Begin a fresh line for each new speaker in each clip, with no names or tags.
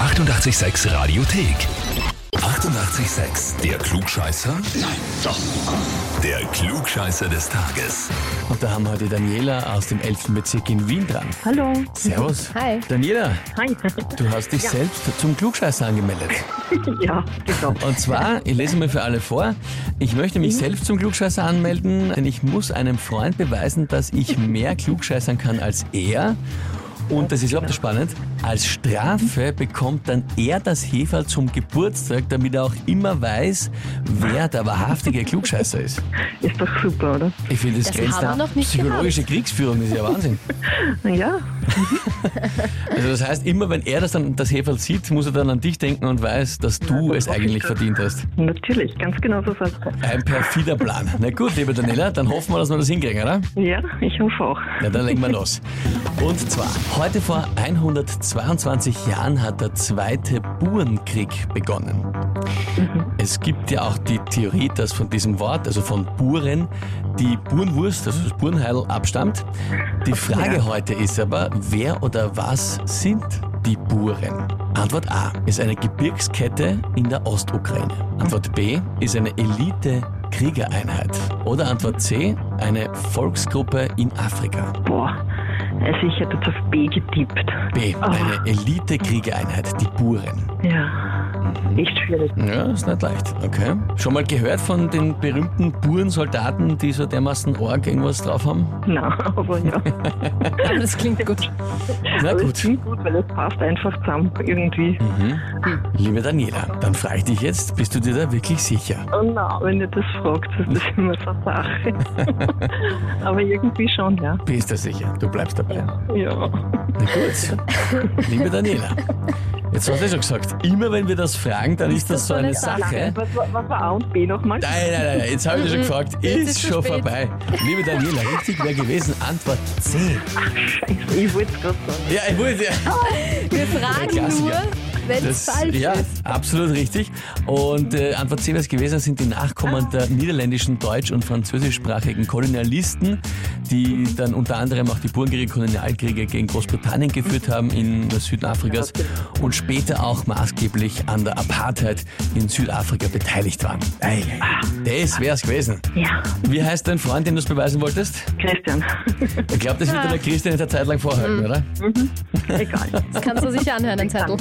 886 Radiothek. 88,6. Der Klugscheißer? Nein, doch. Der Klugscheißer des Tages.
Und da haben wir heute Daniela aus dem 11. Bezirk in Wien dran.
Hallo.
Servus.
Hi.
Daniela,
Hi.
du hast dich selbst zum Klugscheißer angemeldet.
ja, genau. Mhm.
Und zwar, ich lese mal für alle vor, ich möchte mich selbst zum Klugscheißer anmelden, denn ich muss einem Freund beweisen, dass ich mehr klugscheißern kann als er. Und das ist überhaupt
Genau.
nicht spannend. Als Strafe bekommt dann er das Heferl zum Geburtstag, damit er auch immer weiß, wer der wahrhaftige Klugscheißer ist.
Ist doch super, oder?
Ich finde, das,
Das
grenzt
haben wir
an
noch nicht
psychologische Kriegsführung, das ist ja Wahnsinn.
Ja,
Also das heißt, immer wenn er das dann das Heferl sieht, muss er dann an dich denken und weiß, dass du es eigentlich verdient hast.
natürlich. Ganz genau so sagt er.
Ein perfider Plan. Na gut, liebe Daniela, dann hoffen wir, dass wir das hinkriegen, oder?
Ja, ich hoffe auch.
Na, dann legen wir los. Und zwar, heute vor 122 Jahren hat der Zweite Burenkrieg begonnen. Es gibt ja auch die Theorie, dass von diesem Wort, also von Buren, die Burenwurst, also das Burenheil, abstammt. Die Frage heute ist aber, wer oder was sind die Buren? Antwort A ist eine Gebirgskette in der Ostukraine. Antwort B ist eine Elite-Kriegereinheit. Oder Antwort C, eine Volksgruppe in Afrika.
Boah. Also ich hätte jetzt auf B getippt.
B,
Ah.
eine Elite-Kriegereinheit, die Buren.
Ja. Echt schwierig.
Ja, ist nicht leicht. Okay. Schon mal gehört von den berühmten Burensoldaten, die so dermaßen Org irgendwas drauf haben?
Na, aber ja.
Aber das klingt gut.
Na
aber
gut.
Es klingt gut, weil es passt einfach zusammen irgendwie.
Liebe Daniela, dann frage ich dich jetzt, bist du dir da wirklich sicher?
Oh na, wenn ihr das fragt, ist das immer so eine Sache. aber irgendwie schon, ja.
Bist du sicher? Du bleibst dabei.
Ja.
Na gut. Liebe Daniela, jetzt hast du ja schon gesagt, immer wenn wir das fragen, dann ist das so eine Sache.
Was, was war A und B nochmal?
Nein, nein, nein, nein, Mhm. jetzt habe ich dich schon gefragt,
jetzt
ist
ist zu
schon
spät.
vorbei. Liebe Daniela, richtig wäre gewesen, Antwort C.
Scheiße, ich wollte es gerade sagen.
Ja, ich wollte...
Wir fragen nur,
Klassiker.
wenn es
Das,
falsch
ja,
ist.
absolut richtig. Und äh, Antwort C wäre es gewesen, sind die
Ah.
Nachkommen der niederländischen, deutsch- und französischsprachigen Kolonialisten, die dann unter anderem auch die Burgenkriege, Kolonialkriege gegen Großbritannien geführt haben in Süden Afrikas
genau.
und später auch maßgeblich an der Apartheid in Südafrika beteiligt waren. Ei,
Ah.
das wäre es gewesen.
Ja,
Wie heißt dein Freund, den du es beweisen wolltest?
Christian.
Ich glaube, das wird
Ah.
dir der Christian jetzt eine Zeit lang vorhalten,
Mhm.
oder?
Egal.
Das kannst du sicher anhören, ein Zettel.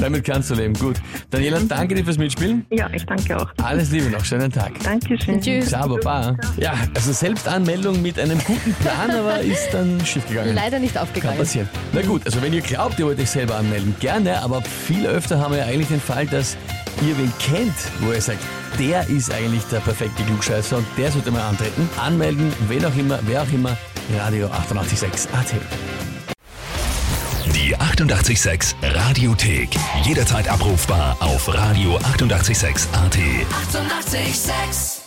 Damit kannst du leben. Gut. Daniela, danke dir fürs Mitspielen.
Ja, ich danke auch.
Alles Liebe noch, schönen Tag.
Dankeschön.
Tschüss.
Ciao, Baba. Ja, also Selbstanmeldung mit einem guten Plan, aber ist dann schiefgegangen.
Leider nicht
Kann
aufgegangen.
passieren. Na gut, also wenn ihr glaubt, ihr wollt euch selber anmelden, gerne, aber viel öfter haben wir ja eigentlich den Fall, dass ihr wen kennt, wo ihr sagt, der ist eigentlich der perfekte Klugscheißer und der sollte mal antreten. Anmelden, wen auch immer, wer auch immer, Radio 886 AT.
Die 88,6 Radiothek. Jederzeit abrufbar auf radio886.at. 88,6.
Sex.